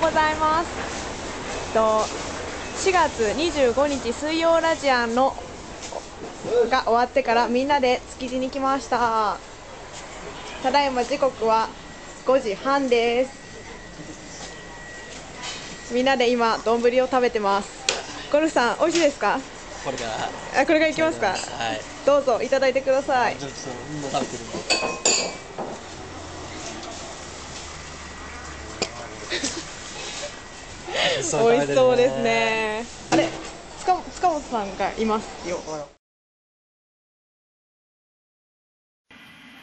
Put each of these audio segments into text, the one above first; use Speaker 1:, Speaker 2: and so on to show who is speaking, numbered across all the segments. Speaker 1: ございますと4月25日水曜ラジアンのが終わってからみんなで築地に来ましたただいま時刻は5時半ですみんなで今丼を食べてますゴルフさん美味しいですか
Speaker 2: これが
Speaker 1: あこれがいきますか
Speaker 2: はい
Speaker 1: どうぞいただいてください
Speaker 2: ちょっとそのもう食べてるんで
Speaker 1: 美味しそうですねあれ塚本塚本さんがいますよ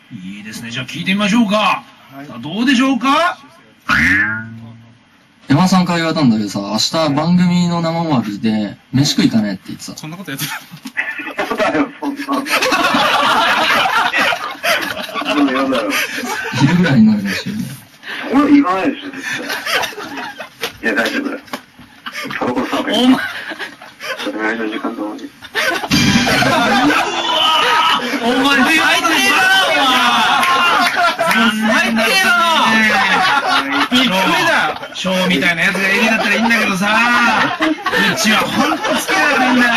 Speaker 3: いいですね。じゃあ聞いてみましょうか。さあどうでしょうか
Speaker 4: 山さんから言われたんだけどさ、明日番組の生終わりで、飯食いかねって言ってた。
Speaker 5: そんなことやってた
Speaker 6: やだよ、そんな。もうやだよ。
Speaker 4: 昼ぐらいになるらしいね。
Speaker 6: 俺行かないでしょ、絶対。いや、大丈夫だよ。タバコさ、
Speaker 3: お前、
Speaker 6: それぐらいの時間ともに。
Speaker 3: お前、最低だな、お前。最低だな。一個目だ。ショーみたいなやつがいるんだったらいいんだけどさ。うちは本当つけられないんだよ。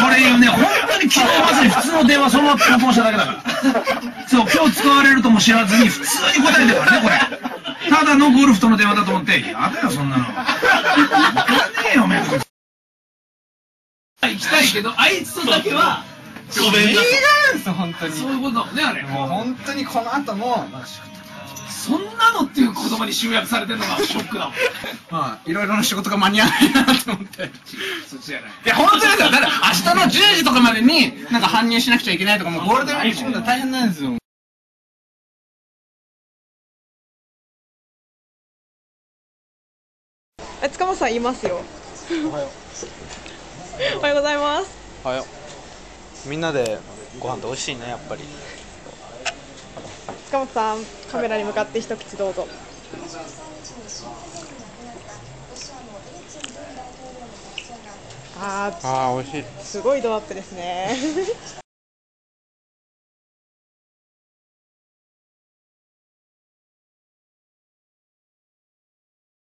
Speaker 3: これね、本当に昨日まさに普通の電話そのままポンポンしただけだから。そう、今日使われるとも知らずに普通に答えてるからね、これ。ただのゴルフとの電話だと思って、やだよ、そんなの。いかねえよ、めんどくさい
Speaker 5: 行きたいけどあいつとだけは
Speaker 3: ごめんなさい
Speaker 5: んです本当に
Speaker 3: そういうことだもんね、あれ。
Speaker 5: もう本当にこの後も
Speaker 3: そんなのっていう言葉に集約されてるのがショックだ もん。
Speaker 5: まあいろいろな仕事が間に合わないなと思って
Speaker 3: そっちじゃない。
Speaker 5: いや本当ですよだから明日の10時とかまでになんか搬入しなくちゃいけないとかもうゴールデンウィーク仕込んだら大変なんですよ
Speaker 1: あ塚本さんいますよおはようおはようございます
Speaker 2: はよみんなでご飯って美味しいねやっぱり
Speaker 1: 塚本さんカメラに向かって一口どうぞあ
Speaker 5: ああ美味しい
Speaker 1: ーすごいドアップですね